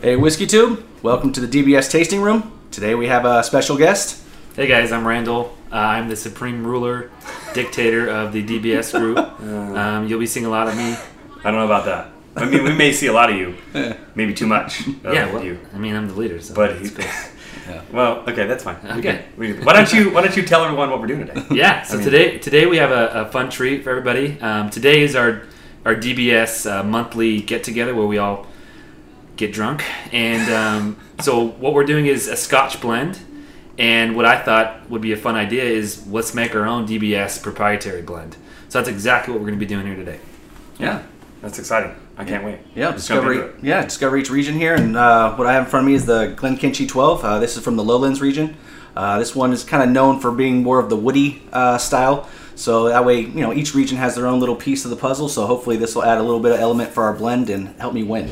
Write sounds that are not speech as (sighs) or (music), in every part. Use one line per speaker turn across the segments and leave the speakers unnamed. Hey, Whiskey Tube, welcome to the DBS Tasting Room. Today we have a special guest.
Hey guys, I'm Randall. Uh, I'm the supreme ruler, dictator of the DBS
(laughs)
group. Um, you'll be seeing a lot of me.
I don't know about that. I mean, we may see a lot
(laughs)
of you, maybe too much. of
yeah, well,
you.
I mean, I'm the leader. So
But
it's
he-
cool.
(laughs) Well, okay, that's fine. We
Okay.
can- we can- why don't you Why don't you tell everyone what we're doing today?
(laughs) yeah. So
mean-
today, today we have a, a fun treat for everybody. Um, today is our our DBS uh, monthly get together where we all get drunk, and um, (laughs) so what we're doing is a Scotch blend. And what I thought would be a fun idea is let's make our own DBS proprietary blend. So that's exactly what we're going to be doing here today.
Yeah.
That's exciting. I can't wait.
Yeah,
Let's jump
discover
into it.
yeah, discover each region here, and uh, what I have in front of me is the Glenkinchie 12. Uh, this is from the Lowlands region. Uh, this one is kind of known for being more of the woody uh, style, so that way you know each region has their own little piece of the puzzle. So hopefully this will add a little bit of element for our blend and help me win.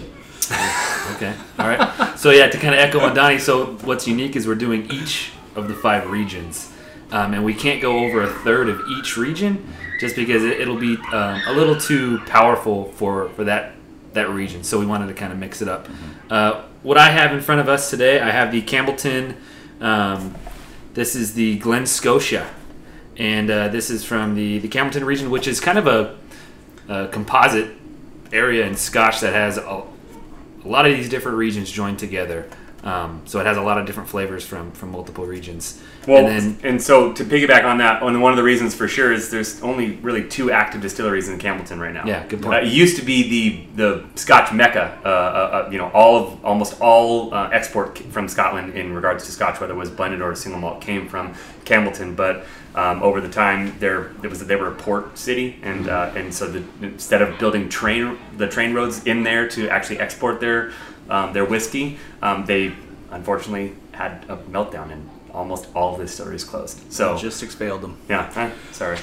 Okay. All right. So yeah, to kind of echo on Donnie, so what's unique is we're doing each of the five regions, um, and we can't go over a third of each region, just because it, it'll be um, a little too powerful for for that that region. So we wanted to kind of mix it up. Uh, what I have in front of us today, I have the Campbellton. Um, this is the Glen Scotia, and uh, this is from the the Campbellton region, which is kind of a, a composite area in Scotch that has a, a lot of these different regions joined together. Um, so it has a lot of different flavors from from multiple regions.
Well,
and
and,
then
so to piggyback on that, on one of the reasons for sure is there's only really two active distilleries in Campbellton right now.
Yeah, good
Uh,
point.
it used to be the the Scotch mecca. Uh, uh, uh, you know, all of almost all uh, export c- from Scotland in regards to Scotch, whether it was blended or single malt, came from Campbellton. But um, over the time, there it was they were a port city, and uh, and so the, instead of building train the train roads in there to actually export their um, their whiskey, um, they unfortunately had a meltdown and almost all of the distilleries closed. So
Logistics failed them.
yeah, eh, sorry.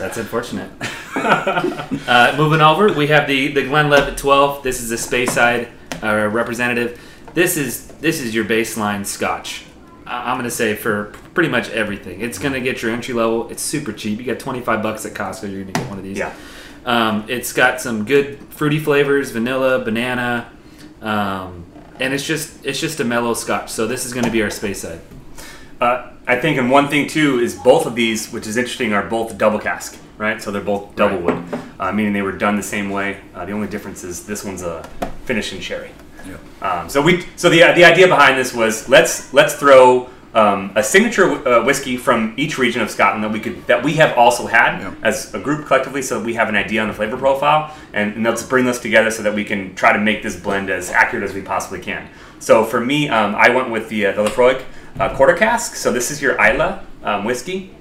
that's unfortunate. (laughs) uh, moving over, we have the the Glen Levitt 12. This is a Speyside uh, representative. This is this is your baseline Scotch. I- I'm gonna say for pretty much everything. It's gonna get your entry level. It's super cheap. You got 25 bucks at Costco. You're gonna get one of these.
Yeah.
Um, it's got some good fruity flavors, vanilla, banana, um, and it's just it's just a mellow Scotch. So this is going to be our space side.
Uh, I think, and one thing too is both of these, which is interesting, are both double cask, right? So they're both double
Right.
wood, uh, meaning they were done the same way. Uh, the only difference is this one's a finish in sherry. Um, so we, so the the idea behind this was let's let's throw um, a signature uh, whiskey from each region of Scotland that we could that we have also had
Yeah.
as a group collectively, so that we have an idea on the flavor profile, and, and let's bring those together so that we can try to make this blend as accurate as we possibly can. So for me, um, I went with the uh, the Lefroy uh, quarter cask. So this is your Isla um, whiskey.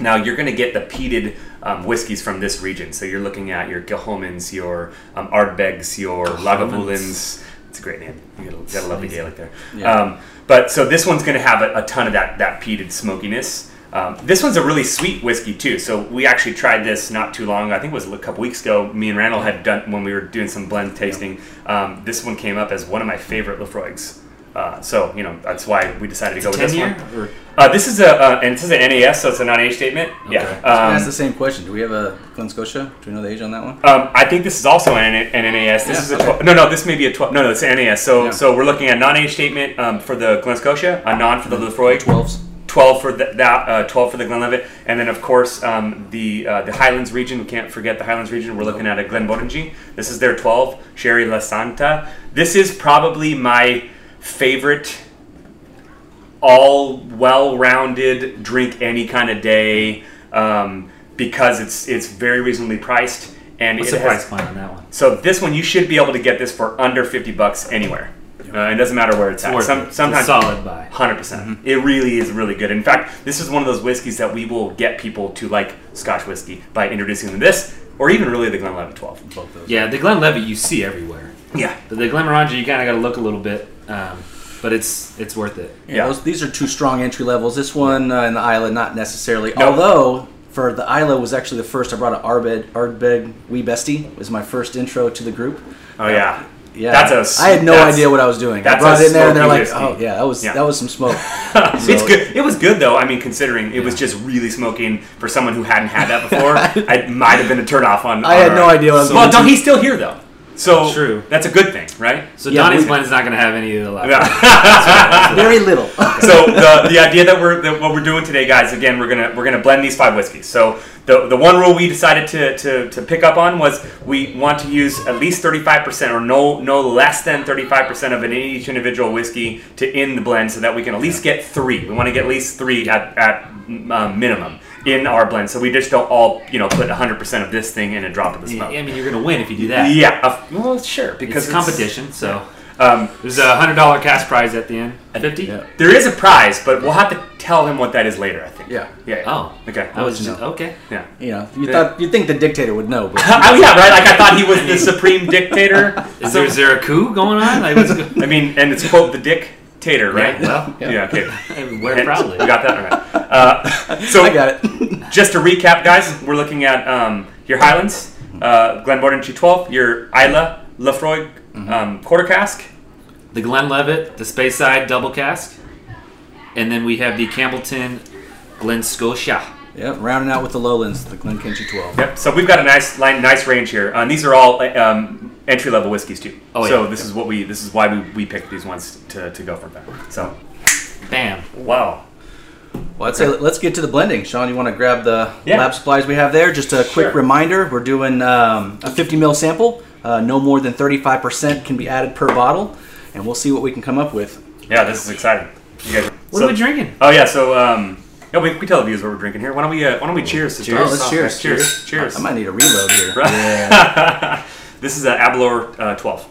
Now you're going to get the peated um, whiskeys from this region. So you're looking at your Gilhomans, your um, Ardbegs, your Lagavulins. It's a great name. You gotta, gotta love the Gaelic there.
Yeah.
Um, but so this one's going to have a, a ton of that that peated smokiness. Um, this one's a really sweet whiskey too. So we actually tried this not too long. I think it was a couple weeks ago. Me and Randall had done when we were doing some blend tasting. Um, this one came up as one of my favorite Lefroy's. Uh, so you know that's why we decided to go with
Ten
this
year
one.
or
Uh, this is a uh, and this is an NAS, so it's a non-age statement. Yeah.
Okay.
I asked
Um,
the same question. Do we have a Glen Scotia? Do we know the age on that one?
um, I think this is also an, an NAS. This
Yeah,
is a
okay.
12, no, no. This may be a twelve. No, no, it's an NAS. So,
Yeah.
so we're looking at non-age statement um, for the Glen Scotia, a non for
Mm-hmm.
the Lefroy,
12s.
12 for the, that, uh, 12 for the Glenlivet, and then of course um, the uh, the Highlands region. We can't forget the Highlands region. We're looking at a Glenmorangie. This is their 12 Sherry La Santa. This is probably my favorite all well-rounded drink any kind of day um, because it's it's very reasonably priced and
what's
it
the price
has,
point on that one?
so this one you should be able to get this for under 50 bucks anywhere. Uh, it doesn't matter where it's, at.
worth it.
Some,
It's a
sometimes
solid buy.
100%.
Mm-hmm.
percent It really is really good. In fact, this is one of those whiskeys that we will get people to like Scotch whiskey by introducing them this or even really the Glenlivet 12.
Both those.
Yeah, the Glen Levy you see everywhere,
Yeah.
but the Glen Miranda you kind of got to look a little bit, um, but it's it's worth it.
Yeah,
Yeah.
Those, these are two strong entry levels. This one uh, in the Isla, not necessarily.
No.
Although for the Isla was actually the first I brought an Arbed Ardbeg Wee Bestie was my first intro to the group.
Oh yeah.
Yeah,
That's a s-
I had no
that's-
idea what I was doing. I
that's
brought
a
it in there, and they're like,
smoky
"Oh
whiskey.
yeah, that was
Yeah.
that was some
(laughs)
smoke."
it's
So-
good. It was good though. I mean, considering it was just really smoking for
(laughs)
someone who hadn't had that before, it might have been a turnoff on.
I
on
had
our-
no idea what I was
well,
going
no,
to.
he's still here though. So
True.
That's a good thing, right?
So
Yeah,
Donnie's
we-
blend is not going to have any of the left.
(laughs)
Very little.
so the, the idea that we're that what we're doing today, guys, again, we're gonna we're gonna blend these five whiskeys. So the, the one rule we decided to, to, to pick up on was we want to use at least thirty five percent or no no less than thirty five percent of an each individual whiskey to in the blend, so that we can at least get three. We want to get at least three at at um, minimum in our blend, so we just don't all you know put hundred percent of this thing in a drop of the
Yeah,
smoke.
I mean, you're going to win if you do that.
Yeah, of- well, sure, because
It's competition, so
Um,
there's a hundred dollar cash prize at the end. Fifty.
Yeah.
there is a prize, but we'll have to tell him what that is later. I think.
Yeah.
Yeah.
Oh,
Okay.
I was
you
just
know.
okay.
Yeah.
(laughs) you know, you thought you think the dictator would know, but
oh yeah, right. Like (laughs) I thought he (laughs) was the supreme dictator.
Is there, is there a coup going on? Like, what's go-
(laughs) I mean, and it's quote the dictator, right?
Yeah, well,
(laughs) yeah. okay.
we're proudly.
We got that all right.
(laughs)
Uh, (laughs) so
I got it.
just to recap, guys, we're looking at um, your Highlands, uh, Glenmorton G12, your Isla Lefroy um, quarter cask.
the Glenn Levitt, the Space Side double cask, and then we have the Campbellton Glen Scotia.
yep, rounding out with the lowlands, the Glencairn 12.
Yep. So we've got a nice line, nice range here. Uh, and these are all uh, um, entry level whiskeys too.
Oh,
so
yeah.
this is what we this is why we, we picked these ones to, to go from there. So
Bam.
wow.
Well, I'd say let's get to the blending. Sean, you want to grab the
Yeah.
lab supplies we have there? Just a quick
Sure.
reminder we're doing um, a 50 ml sample. Uh, no more than 35% can be added per bottle, and we'll see what we can come up with.
Yeah, this is exciting. You guys,
What
so-
are we drinking?
Oh yeah, so um, no, we, we tell the viewers what we're drinking here. Why don't we? Uh, why don't we cheers? To
Cheers.
start us
Oh, let's
off?
cheers.
Cheers. Cheers.
I might need a reload here.
(laughs) this is an Abelor uh, 12,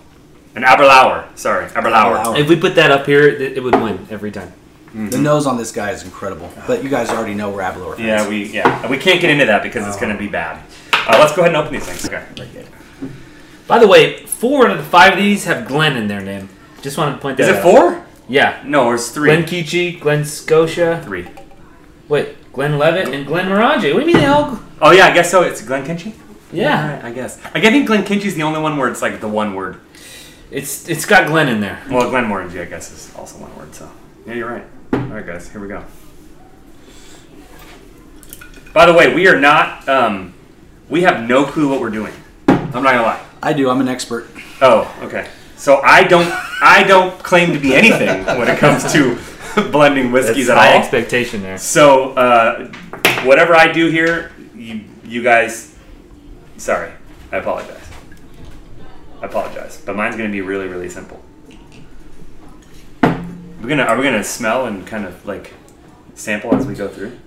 an Aberlour. Sorry, Aberlour.
Aberlour.
If we put that up here, it, it would win every time.
The
Mm-hmm.
nose on this guy is incredible, but you guys already know Ravelor.
Yeah, we yeah we can't get into that because it's gonna be bad. Uh, let's go ahead and open these things. Okay.
By the way, four out of the five of these have Glen in their name. Just wanted to point that
Is
out.
it four?
Yeah.
No, there's three.
Glen Keechee, Glen Scotia.
Three.
Wait, Glen Levitt and Glen Mirage. What do you mean they all?
Oh yeah, I guess so. It's Glen Kinchy.
Yeah,
I guess. I think Glen Kinchy's the only one where it's like the one word.
it's it's got Glen in there.
Well, Glen Morangy, I guess, is also one word. So yeah, you're right. All right, guys, here we go. By the way, we are not. Um, we have no clue what we're doing. I'm not gonna lie.
I do. I'm an expert.
Oh, okay. So I don't. I don't claim to be anything when it comes to (laughs) blending whiskeys
That's
at
high
all.
expectation there.
So uh, whatever I do here, you you guys, sorry, I apologize. I apologize, but mine's gonna be really really simple. We're gonna are we gonna smell and kind of like sample as we go through?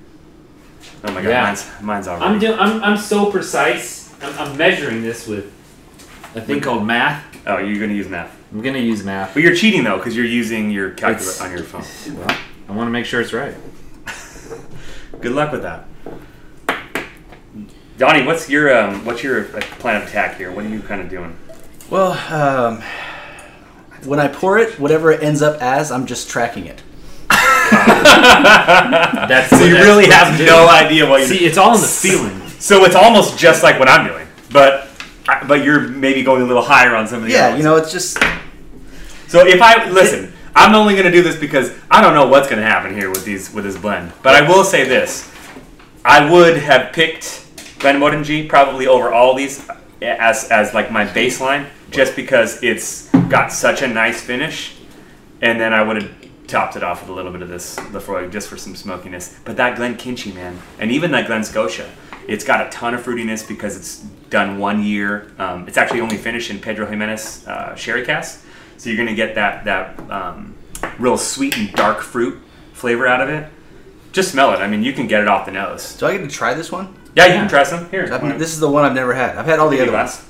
Oh my god,
Yeah.
mine's mine's already.
I'm doing. I'm, I'm so precise. I'm, I'm measuring this with a thing called math.
oh, you're gonna use math,
I'm gonna use math.
but you're cheating though because you're using your calculator
It's-
on your phone.
Well, I want to make sure it's
(laughs)
right.
Good luck with that. Donnie, what's your um, what's your uh, plan of attack here? What are you kind of doing?
Well, um, when I pour it, whatever it ends up as, I'm just tracking it.
That's
So you really have no idea what you're
See, it's
(laughs)
all in the feeling.
So it's almost just like what I'm doing, but but you're maybe going a little higher on some of the
Yeah,
other
you
ones.
know, it's just
So if I listen, I'm only going to do this because I don't know what's going to happen here with these with this blend. But I will say this: I would have picked Glenmorton G probably over all these uh, as as like my baseline, just because it's got such a nice finish, and then I would have topped it off with a little bit of this Lefroy just for some smokiness. But that Glen Kinchy man, and even that Glen Scotia. It's got a ton of fruitiness because it's done one year. Um, it's actually only finished in Pedro Jimenez uh, sherry cask, so you're gonna get that that um, real sweet and dark fruit flavor out of it. Just smell it. I mean, you can get it off the nose.
do I get to try this one?
Yeah, you can try some. Here,
I've, this is the one I've never had. I've had all the
Give me
other
a
ones.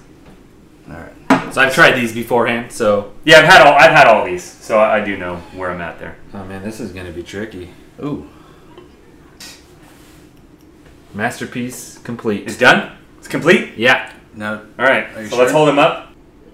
glass.
All right.
So I've tried these beforehand. So
Yeah, I've had all I've had all these, so I, I do know where I'm at there.
oh man, this is gonna be tricky.
Ooh.
Masterpiece complete.
It's done. It's complete.
Yeah.
No.
All right.
Are
So
you sure?
let's hold him up.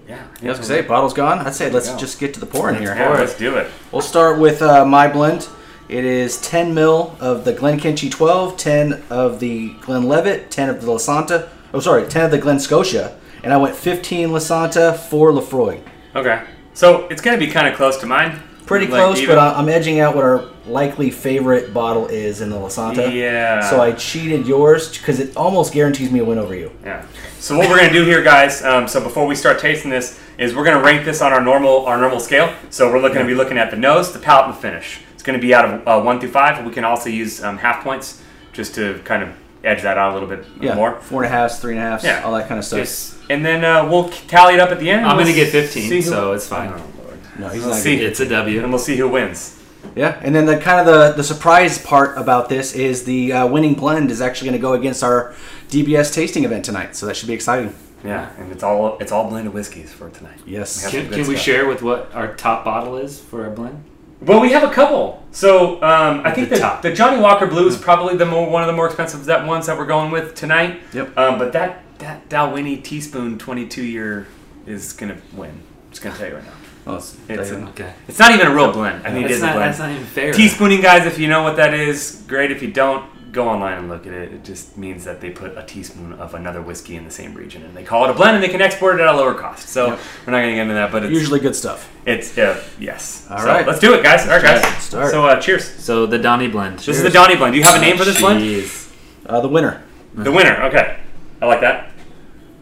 Yeah.
I was gonna say bottle's gone. I'd say let's
go.
just get to the pouring here.
Yeah, let's do it.
We'll start with uh, my blend. It is 10 mil of the Glencairn 12, 10 of the Glen Levitt, 10 of the Lasanta. Oh, sorry, 10 of the Glen Scotia, and I went 15 Lasanta, 4 Lefroy.
Okay. So it's gonna be kind of close to mine.
Pretty
Like,
close,
even-
uh,
but I- I'm edging out what our likely favorite bottle is in the Lasanta.
Yeah.
So I cheated yours because it almost guarantees me a win over you.
Yeah. So what we're gonna do here, guys. Um, so before we start tasting this, is we're gonna rank this on our normal our normal scale. So we're looking to be looking at the nose, the palate, and the finish. It's gonna be out of uh, one through five. We can also use um, half points just to kind of edge that out a little bit
Yeah.
more.
Four and a half, three and a half,
Yeah.
all that kind of stuff.
Just- and then uh, we'll tally it up at the end.
I'm
We'll
gonna get
see
15,
who-
so it's fine.
Oh, Lord.
no, he's
We'll
not.
see.
good.
It's a
And
W.
we'll see who wins.
Yeah, and then the kind of the, the surprise part about this is the uh, winning blend is actually going to go against our DBS tasting event tonight, so that should be exciting.
Yeah, and it's all it's all blended whiskeys for tonight.
Yes.
We have
Can,
some good
can we
stuff.
share with what our top bottle is for our blend?
Well, we have a couple. So um, I think
the
the, Hmm.
top.
the Johnny Walker Blue is probably the more, one of the more expensive that ones that we're going with tonight.
Yep.
Um, but that that Dalwhinnie teaspoon 22 year is gonna win. Just gonna tell you right now.
Oh, it's-
It's a-
Okay.
It's not even a real blend. I mean, it
That's
is a
not,
blend.
that's not even fair.
Teaspooning, guys. If you know what that is, great. If you don't, go online and look at it. It just means that they put a teaspoon of another whiskey in the same region, and they call it a blend, and they can export it at a lower cost. So we're not gonna get into that, but it's
usually good stuff.
it's uh, yes.
All
so,
right.
let's do it, guys. All right, guys.
Let's start.
So uh, cheers.
So the Donny blend.
This is the Donny blend. Do you have a name for this blend?
Jeez.
Uh, the winner.
The winner. Okay, I like that.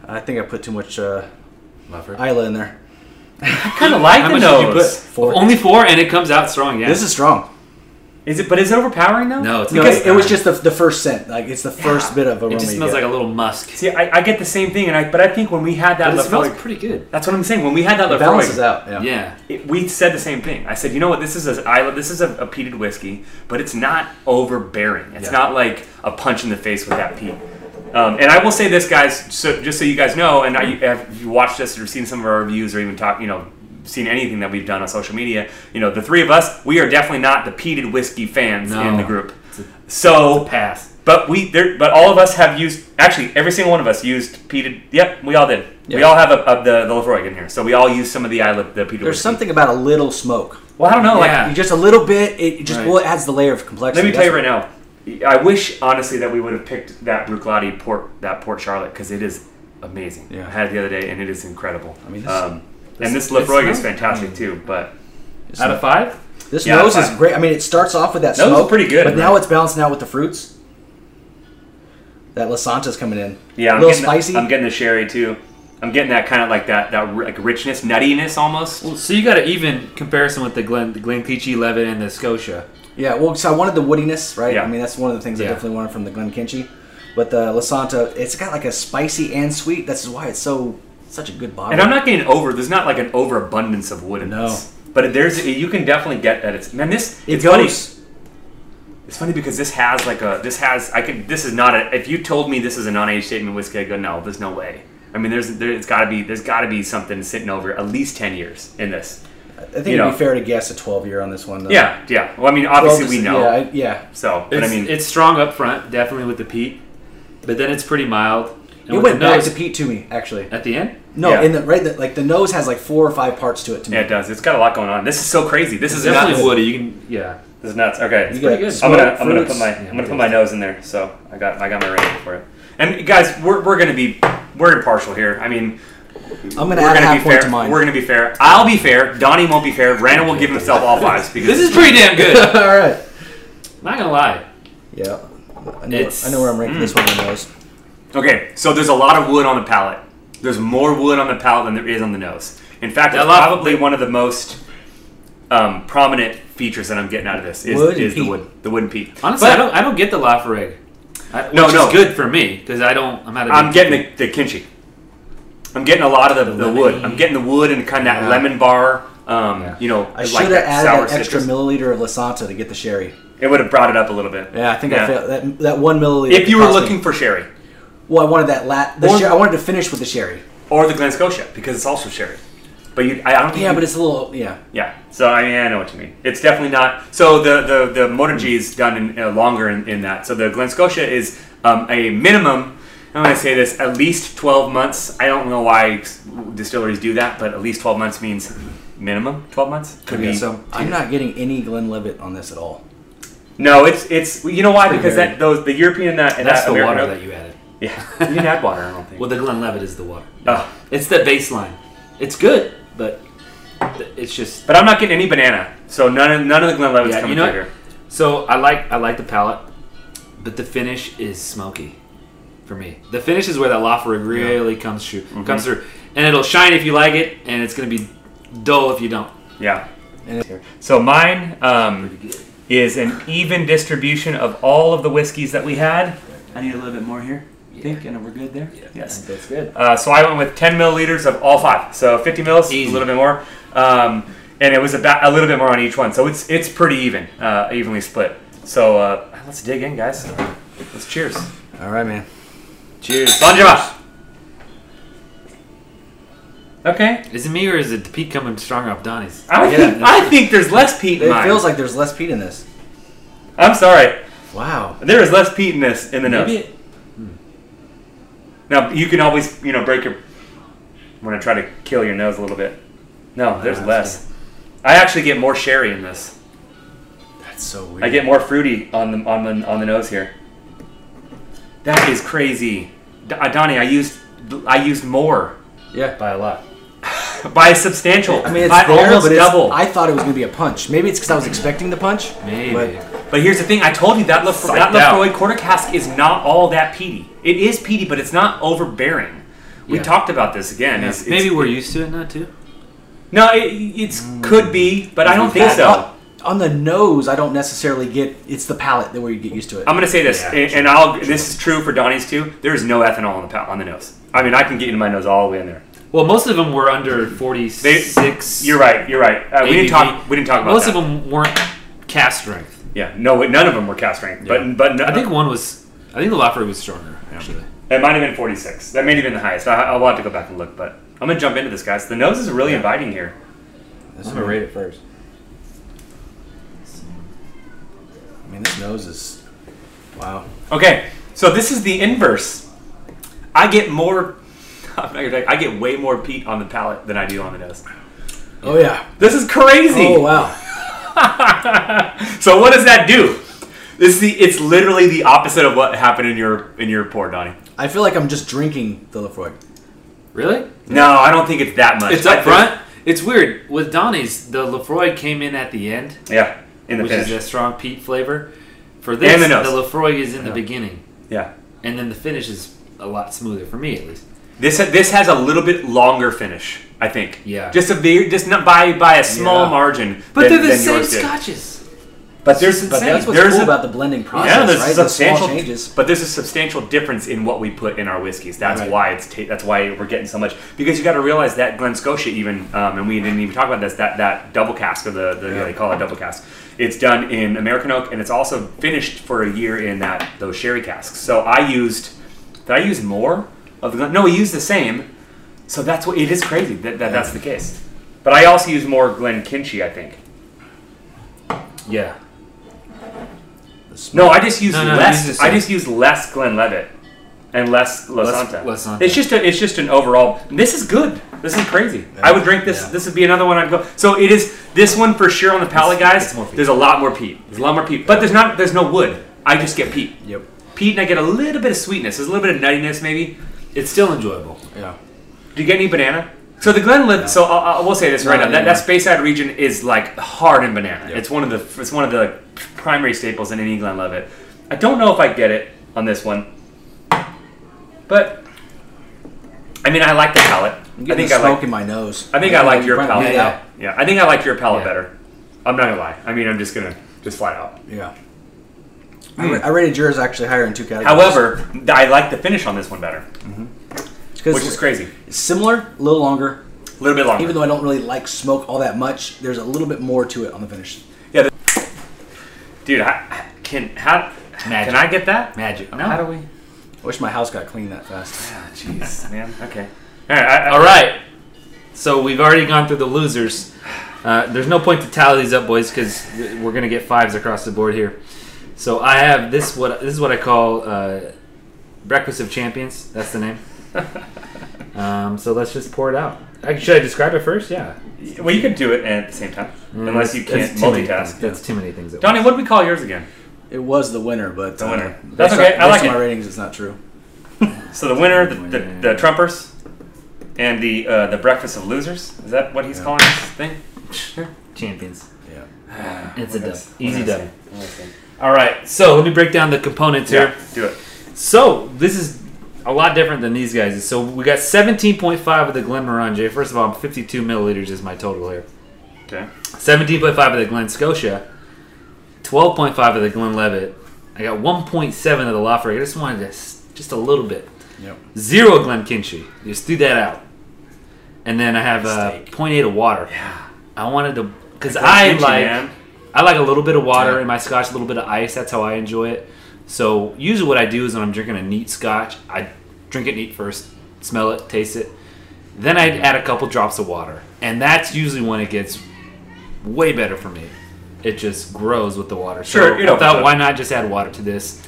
I think I put too much uh,
Lover.
Isla in there.
I kind of like
How
the
much
nose.
did you put?
Four.
Only four, and it comes out strong. Yeah.
This is strong.
Is it? But is it overpowering though?
no. It's
No,
not
it, it was just the, the first scent. Like it's the first bit of aroma.
It just
you
smells
get.
like a little musk.
See, I, I get the same thing, and I but I think when we had that
But it smells
Lefroy,
pretty good.
that's what I'm saying. When we had that
it balances
Lefroy,
out. Yeah.
Yeah.
it- we said the same thing. I said, you know what? This is a I, this is a, a peated whiskey, but it's not overbearing. It's
Yeah.
not like a punch in the face with that peat. Um, and I will say this, guys, so, just so you guys know, and I, if you watched us or seen some of our reviews or even talk, you know, seen anything that we've done on social media, you know, the three of us, we are definitely not the peated whiskey fans
No.
in the group.
It's a-
so
Pass.
but we there, but all of us have used actually every single one of us used peated. Yep, we all did. We
Yeah.
all have a, a, the the Lefroy in here, so we all use some of the I the peated.
There's
whiskey.
something about a little smoke.
Well, I don't know.
Yeah.
Like,
You just a little bit. It just
Right.
well, it adds the layer of complexity.
let me tell you
That's-
right now. I wish honestly that we would have picked that Bruichladdich port that Port Charlotte because it is amazing.
Yeah.
I had it the other day and it is incredible. I
mean,
mean,
this-
um,
this-
and this
it
Lefroy is
smells-
fantastic too. But
It's
Out of five.
This
Yeah,
nose
that's
is
fine.
great. I mean, it starts off with that
Nose is
smoke,
pretty good,
but now
right?
it's balancing out with the fruits. That Lasanta's coming in.
yeah, I'm
a little
getting the-
spicy.
I'm getting the sherry too. I'm getting that kind of like that that ri- like richness, nuttiness almost.
Well, so you got an even comparison with the Glen, the Glenkeachie, Levitt, and the Scotia.
yeah, well, so I wanted the woodiness, right?
Yeah.
I mean, that's one of the things I
Yeah.
definitely wanted from the Glenkinchie. But the Lasanta, it's got like a spicy and sweet. That's why it's so such a good bottle.
And I'm not getting over. There's not like an overabundance of wood in
No.
this. But there's you can definitely get that. It's man, this
It
it's
goes.
funny. It's funny because this has like a this has I could this is not a if you told me this is a non-age statement whiskey I go no there's no way I mean there's there, it's got to be there's got to be something sitting over at least ten years in this
I think
you
it'd
know.
be fair to guess a 12 year on this one. Though.
yeah yeah well I mean
Well,
obviously
this-
we know
Yeah, I- yeah.
so but
It's,
I mean
it's strong up front, definitely with the peat, but then it's pretty mild. And
it
with
went
the
back
nose
to Pete to me actually.
at the end.
No,
Yeah.
in the right, the, like the nose has like four or five parts to it to me.
yeah it does it's got a lot going on this is so crazy this is nuts.
Definitely woody. You can yeah.
this is nuts okay
You
pretty
got
good.
smoke,
I'm gonna, I'm gonna put
fruits.
my I'm gonna put my nose in there. So I got I got my rating for it. And guys, we're, we're gonna be we're impartial here. I mean,
I'm gonna
we're
add
gonna
half
be
point
fair.
to mine. (laughs)
We're gonna be fair. I'll be fair. Donnie won't be fair. Brandon will give himself
(laughs)
all fives because
This is pretty damn good.
All right.
(laughs) Not gonna lie.
Yeah. I know,
It's-
I know where I'm ranking this one on
mm.
the nose.
okay. So there's a lot of wood on the palate. There's more wood on the palate than there is on the nose. In fact,
That
that's
lot-
probably one of the most um, prominent features that I'm getting out of this is,
Wood and
is the
peat.
wood the wood and peat.
Honestly,
But-
I don't I don't get the Lafargue. I,
No,
which
no.
is good for me because I don't. I'm out of.
I'm getting the, the kimchi. I'm getting a lot of the, the, wood.
lemony.
I'm getting the wood and kind of that
Yeah.
lemon bar. Um,
Yeah.
You know,
I
like
should have
that sour
added that extra
citrus.
milliliter of Lasanta to get the sherry.
It would have brought it up a little bit.
Yeah, I think I
Yeah.
failed. That, that one milliliter.
If you were
cost me-
looking for sherry
well, I wanted that lat. The
Or-
sher- I wanted to finish with the sherry.
or the Glen Scotia, because it's also sherry. But you, I I don't think
Yeah,
you-
but it's a little. Yeah,
Yeah, so I mean, I know what you mean. It's definitely not. So the the the Motor G is done in, uh, longer in, in that. So the Glen Scotia is um, a minimum. I'm going to say this at least 12 months. I don't know why s- distilleries do that, but at least 12 months means minimum 12 months. Could
Okay,
be
So I'm not getting any Glenlivet on this at all.
No, it's it's you know why
Pretty
because
good.
that those the European uh, and that and
That's
that
the
American
water
oak-
that you added.
yeah you didn't add water. I don't think.
Well, the Glen Levitt is the water.
Ugh.
It's the baseline. It's good, but th- it's just
but I'm not getting any banana, so none of none of the Glenlivets
yeah.
coming
You know,
through here.
what? So I like I like the palate, but the finish is smoky, for me. The finish is where that Lafroig really comes through.
Mm-hmm.
Comes through, and it'll shine if you like it, and it's gonna be dull if you don't.
Yeah.
And
So mine um, is an even distribution of all of the whiskeys that we had. I need a little bit more here. I think, and we're good there. Yes.
that's good.
Uh, so I went with 10 milliliters of all five. So 50 mils,
Easy.
a little bit more. Um, and it was about a little bit more on each one. So it's it's pretty even, uh, evenly split. So uh, let's dig in, guys. Let's cheers.
All right, man.
Cheers.
Bon Josh. Okay.
Is it me or is it the peat coming stronger off Donnie's?
I,
Yeah,
think,
that's
I think there's less peat in
It
mine.
feels like there's less peat in this.
I'm sorry.
Wow.
There is less peat in this in the nose.
Maybe it-
Now you can always you know break your. When I try to kill your nose a little bit. No, there's
Ah, that's
less. I actually get more sherry in this.
That's so weird.
I get more fruity on the on the on the nose here. That is crazy, D- uh, Donnie. I used I used more
Yeah.
by a lot.
by a substantial.
I mean, it's
by
there,
almost
but it's-
double.
I thought it was gonna be a punch. Maybe it's because I was expecting the punch.
Maybe.
But
But here's the thing, I told you that Lefroy, that
Psyched out.
Lefroy quarter cask is not all that peaty. It is peaty, but it's not overbearing. We
Yeah.
talked about this again. It's- it's-
Maybe we're used to it now too.
No, it it's, could be, but I don't think
Yeah,
so.
On the nose, I don't necessarily get. It's the palate that where you get used to it.
I'm gonna say this,
Yeah,
and, and I'll. This is true for Donnie's too. There is no ethanol on the pa- on the nose. I mean, I can get into my nose all the way in there.
Well, most of them were under forty-six.
You're right. You're right. Uh, we didn't
ABV.
talk. We didn't talk about
Most
that.
of them weren't cast strength.
Yeah. No. None of them were cast strength.
Yeah.
But but no,
I think one was. I think the Lafroy was stronger actually.
It might have been 46. That may have been the highest. I, I'll have to go back and look, but I'm gonna jump into this, guys. The nose is really inviting here.
This
I'm
is-
gonna rate it first.
I mean, this nose is. Wow.
Okay, so this is the inverse. I get more. (laughs) I'm not gonna tell you, I get way more peat on the palate than I do on the nose.
Oh yeah.
This is crazy.
Oh wow.
so what does that do? This is the. It's literally the opposite of what happened in your in your pour, Donnie.
I feel like I'm just drinking the Lefroy.
Really?
No, I don't think it's that much.
It's
I
up
think-
front. It's weird. With Donnie's, the Lefroy came in at the end,
Yeah, in the
which
finish.
is a strong peat flavor. For this,
And the
the,
nose.
Lefroy is in the beginning,
yeah,
and then the finish is a lot smoother for me, at least.
this ha- this has a little bit longer finish. I think.
Yeah.
Just a very, just not by by a small
Yeah.
margin.
But
than-
they're the
than
same
yours did.
scotches.
But there's
But that's what's
there's
cool
a-
about the blending process,
yeah, there's
right? The
substantial
small changes.
but there's a substantial difference in what we put in our whiskeys. That's
Right.
why it's ta- that's why we're getting so much because you got to realize that Glen Scotia even um, and we didn't even talk about this that that double cask or the, the they call it double cask. It's done in American oak and it's also finished for a year in that those sherry casks. So I used did I use more of the Glen? No, we used the same. So that's what it is crazy that, that that's the case. But I also use more Glen Kinchy, I think.
Yeah.
No, I just use
No, no,
less.
use the
I
same.
just use less Glenn Levitt and less La
Less-
Santa.
La Santa.
It's just a, it's just an overall. This is good. This is crazy. I would drink this.
Yeah.
This would be another one I'd go. So it is this one for sure on the palate, guys.
it's more peat.
there's a lot more peat. There's a lot more peat, but there's not. There's no wood. I just get peat.
Yep.
Peat and I get a little bit of sweetness. There's a little bit of nuttiness maybe.
It's still enjoyable.
Yeah.
Do you get any banana? So the Glen Liv, so I, I will say this right
No,
now. That,
no, no.
that Speyside region is like hard in banana.
Yep.
It's one of the it's one of the primary staples in any Glen Levitt. I don't know if I get it on this one, but I mean I like the palate.
I'm
I
getting
think
the
I
smoke
like
in my nose.
I think I like your
Yeah,
palate.
Yeah.
yeah. I think I like your palate
Yeah.
better. I'm not gonna lie. I mean I'm just gonna just flat out.
Yeah. I, ra- I rated yours actually higher in two categories.
Hmm. However, th- I like the finish on this one better,
'Cause
which is crazy.
Similar, a little longer.
A little bit longer.
Even though I don't really like smoke all that much, there's a little bit more to it on the finish.
Dude, I, I- can how
Magic.
can I get that?
Magic. No.
How do we?
I wish my house got cleaned that fast.
Jeez, (laughs) man. Okay. All right. I, I,
All right. So we've already gone through the losers. Uh, there's no point to tally these up, boys, because we're gonna get fives across the board here. So I have this. What this is what I call uh, breakfast of champions. That's the name. um, so let's just pour it out. I, should I describe it first? Yeah.
(laughs) Well, you can do it at the same time, unless you can't
Mm, That's too many things.
multitask.
That's too many things. At
Donnie,
once.
what do we call yours again?
It was the winner, but uh,
The winner.
based
That's
on-
okay, I
based
like
on
it.
my ratings, it's not true.
So the winner, the the, the Trumpers, and the uh, the breakfast of losers. Is that what he's calling this thing?
champions?
Yeah.
It's a
What
dub.
else? What
Easy
else?
dub.
Awesome.
All right, so let me break down the components here.
Yeah, do it.
So this is a lot different than these guys. So we got 17.5 of the Glenmorangie. First of all, 52 milliliters is my total here.
Okay.
17.5 of the Glen Scotia, 12.5 of the Glen Levitt. I got 1.7 of the Lafayette. I just wanted to, s- just a little bit.
Yep.
Zero Glen Kinchy. Just threw that out. And then I have uh,
Mistake.
0.8 of water.
Yeah.
I wanted to, because I like, I like a little bit of water
Yeah.
in my scotch, a little bit of ice. That's how I enjoy it. So usually what I do is when I'm drinking a neat scotch, I drink it neat first, smell it, taste it. Then I add a couple drops of water. And that's usually when it gets way better for me. It just grows with the water.
Sure,
so
you know,
I thought
but-
why not just add water to this?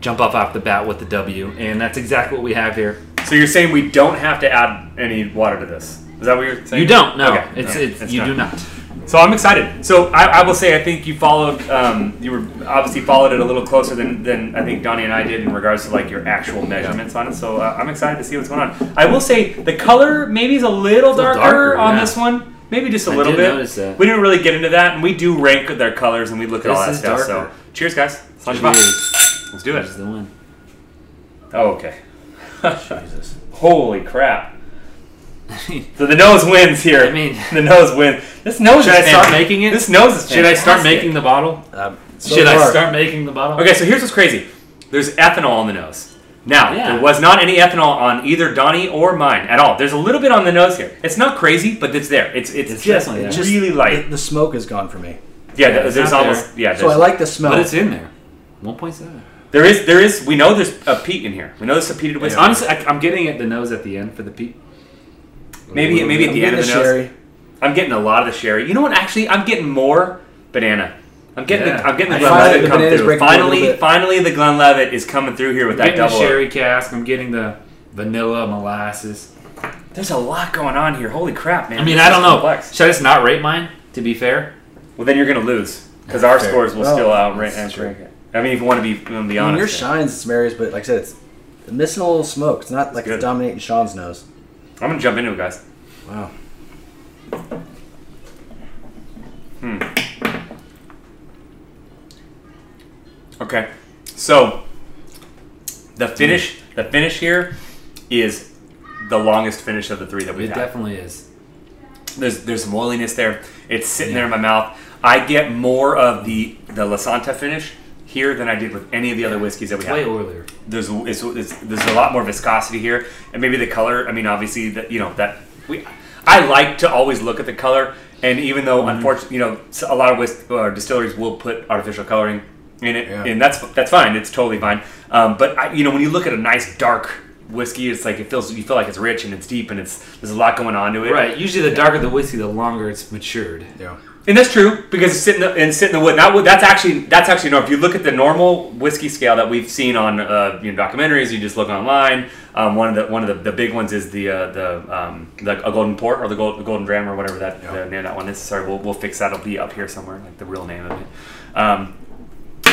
Jump off off the bat with the W. And that's exactly what we have here.
So you're saying we don't have to add any water to this? Is that what you're saying?
You don't, no.
Okay.
It's,
Okay.
it's,
That's
you
fine.
do not.
So I'm excited. So I, I will say I think you followed. Um, you were obviously followed it a little closer than, than I think Donnie and I did in regards to like your actual measurements on it. So uh, I'm excited to see what's going on. I will say the color maybe is a little
little
darker,
darker,
on
yeah.
this one. Maybe just a
I
little
did
bit.
notice that.
We didn't really get into that, and we do rank their colors and we look at all
This
that
is
stuff.
darker.
So cheers, guys. Cheers.
Cheers.
Let's do it.
There's the one.
Oh, okay.
Jesus.
(laughs) Holy crap! So the nose wins here.
I (laughs) mean-
(laughs) the nose wins. This nose.
Should
is
I start
fantastic.
making it?
This nose is.
Should I start
fantastic.
making the bottle?
Um, so
Should I
far-
start making the bottle?
Okay, so here's what's crazy. There's ethanol on the nose. Now,
Yeah.
there was not any ethanol on either Donnie or mine at all. There's a little bit on the nose here. It's not crazy, but it's there. It's it's,
It's
just,
definitely there.
Just
really light.
The, the smoke is gone for me.
yeah,
yeah, th
it's
there's
not
almost yeah.
So I
there's-
like the smell.
But it's in there. 1.7.
there is there is we know there's a peat in here. We know there's a peated whiskey.
Honestly, I, I'm getting at the nose at the end for the peat.
maybe maybe at
I'm
the end
getting
of the
the
nose.
sherry.
I'm getting a lot of the sherry. You know what? Actually, I'm getting more banana. I'm getting
Yeah.
the, I'm getting the
I
Glenlivet
finally- the
come
banana's
through.
breaking through a little
Finally,
bit.
finally the Glenlivet is coming through here with
I'm
that
getting the
double. oak.
sherry cask. I'm getting the vanilla molasses.
There's a lot going on here. Holy crap, man!
I mean,
This
I
is
don't know.
complex.
Should I just not rate mine? To be fair,
Well, then you're gonna lose because our
Fair.
scores will
Well,
still outrank.
that's true.
outrank it. I mean, if you want to be, you wanna be
I mean,
honest,
yours shines, it's Mary's, but like I said, it's missing a little smoke. It's not like
good.
it's dominating Sean's nose.
I'm gonna jump into it, guys.
Wow.
Okay, so the finish, the finish here is the longest finish of the three that
it
we've had.
definitely is.
There's there's some oiliness there. It's sitting there
Yeah.
in my mouth. I get more of the the La Santa finish here than I did with any of the other whiskeys that we
It's
had.
way oilier.
there's it's, it's, there's a lot more viscosity here, and maybe the color. I mean, obviously that you know that we I like to always look at the color, and even though unfortunately you know s- a lot of whis- uh, distilleries will put artificial coloring in it,
Yeah.
and that's that's fine. It's totally fine. Um, but I, you know when you look at a nice dark whiskey, it's like it feels you feel like it's rich and it's deep and it's there's a lot going on to it.
Right. Usually, the darker the whiskey, the longer it's matured.
Yeah.
And that's true because it's sitting the, and sitting the wood. Not wood. That's actually that's actually no. If you look at the normal whiskey scale that we've seen on uh, you know, documentaries, you just look online. Um, one of the one of the, the big ones is the uh, the um, the a golden port or the, gold, the golden dram or whatever that
Yeah.
the name of that one is. Sorry, we'll, we'll fix that. It'll be up here somewhere, like the real name of it. Um,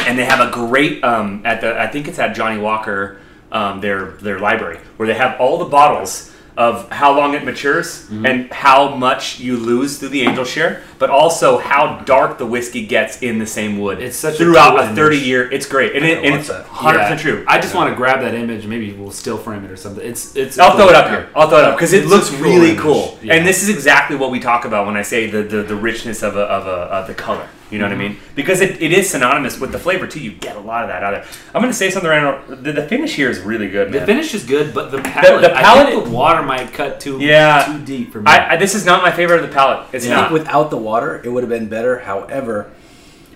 and they have a great um, at the I think it's at Johnny Walker um, their their library where they have all the bottles of how long it matures
Mm-hmm.
and how much you lose through the angel share, but also how dark the whiskey gets in the same wood.
It's such a
throughout
cool
a,
image.
thirty year. It's great and, it,
I
and
want
it's
that.
hundred
Yeah.
percent true.
I just want to grab that image. Maybe we'll still frame it or something. It's it's.
I'll throw it up here. I'll throw it up because it
It's
looks
a cool
really
image.
cool.
Yeah.
And this is exactly what we talk about when I say the, the, the richness of, a, of, a, of the color. You know
Mm-hmm.
what I mean? Because it, it is synonymous with the flavor too. You get a lot of that out of it. I'm going to say something right now. The, the finish here is really good, man.
The finish is good, but the palate.
the
I
palate-
think the water might cut too
Yeah.
too deep for me.
I, I, this is not my favorite of the palette. It's
Yeah.
I think
not.
without the water, it would have been better. However,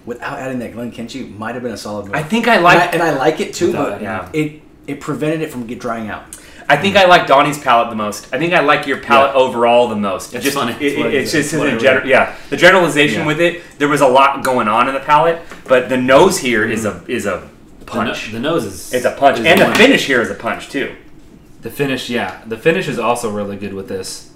without adding that Glencairn, might have been a solid move.
I think I
and I,
like.
and I like it too,
Without
but
it,
yeah.
it it prevented it from get drying out.
I think I like Donnie's palette the most. I think I like your palette overall the most.
It's
just,
funny.
It,
It's what
it,
it
it's
is.
just
It's what
in
it
general.
is.
Yeah, the generalization
Yeah.
with it. There was a lot going on in the palette, but the nose here is
Mm-hmm.
a is a
The no-
punch.
The, nose is
It's a punch,
is
and the
one.
finish here is a punch too.
The finish, yeah, the finish is also really good with this.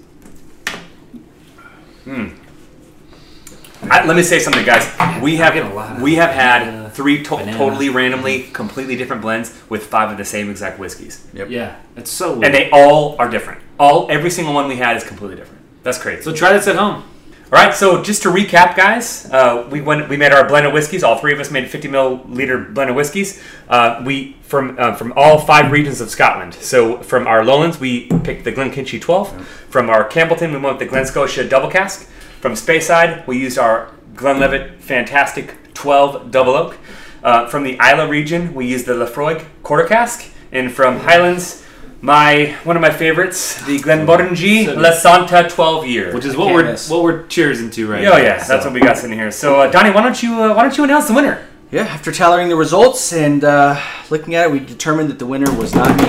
I, let me say something, guys. We
I'm
have
getting a lot of
we have
banana,
had three to-
banana.
totally randomly, completely different blends with five of the same exact whiskeys,
Yep.
Yeah, it's so. Weird.
and they all are different. All every single one we had is completely different. That's crazy.
so try this at home.
All right, so just to recap, guys, uh, we went, we made our blend of whiskeys. All three of us made 50 milliliter blend of whiskeys. Uh, we from uh, from all five regions of Scotland. So from our lowlands, we picked the Glenkinchie 12. From our Campbellton, we went with the Glen Scotia Double Cask. From Speyside, we used our Glenlivet Fantastic 12 Double Oak. Uh, from the Isla region, we used the Lefroy Quarter Cask. And from Highlands, my one of my favorites, the Glenmorangie La Santa 12 Year.
Which is what
Can't
we're
miss.
what we're cheersing to right
Oh
now.
yeah, that's
so.
what we got sitting here. So uh, Donnie, why don't you uh, why don't you announce the winner?
Yeah, after tallying the results and uh, looking at it, we determined that the winner was not me.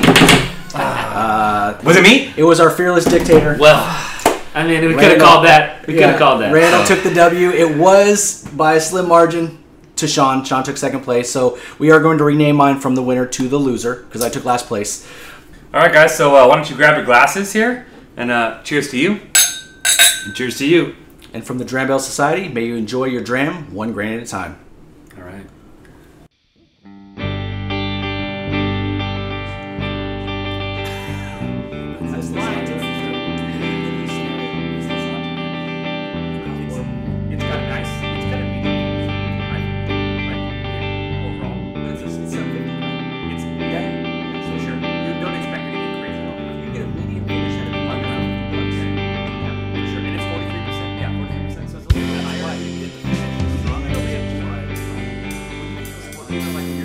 Ah.
Uh,
Was it me?
It was our fearless dictator.
Well, (sighs) I mean, we could have
Randall-
called that. We could
Yeah,
have called that.
Randall
so.
took the W. It was by a slim margin to Sean. Sean took second place. So we are going to rename mine from the winner to the loser because I took last place.
All right, guys. So uh, why don't you grab your glasses here and uh, cheers to you.
And cheers to you.
And from the Dram Bell Society, may you enjoy your dram one grain at a time.
All right.
It's got a nice. It's got a medium. I think, like, overall, it's a- it's a- it's- yeah, so sure. You don't expect it to be crazy. You get a medium finish out of it. Like, uh, okay. Yeah, sure. And it's 43%. Yeah, 43%, so it's a little bit higher. It'll be a-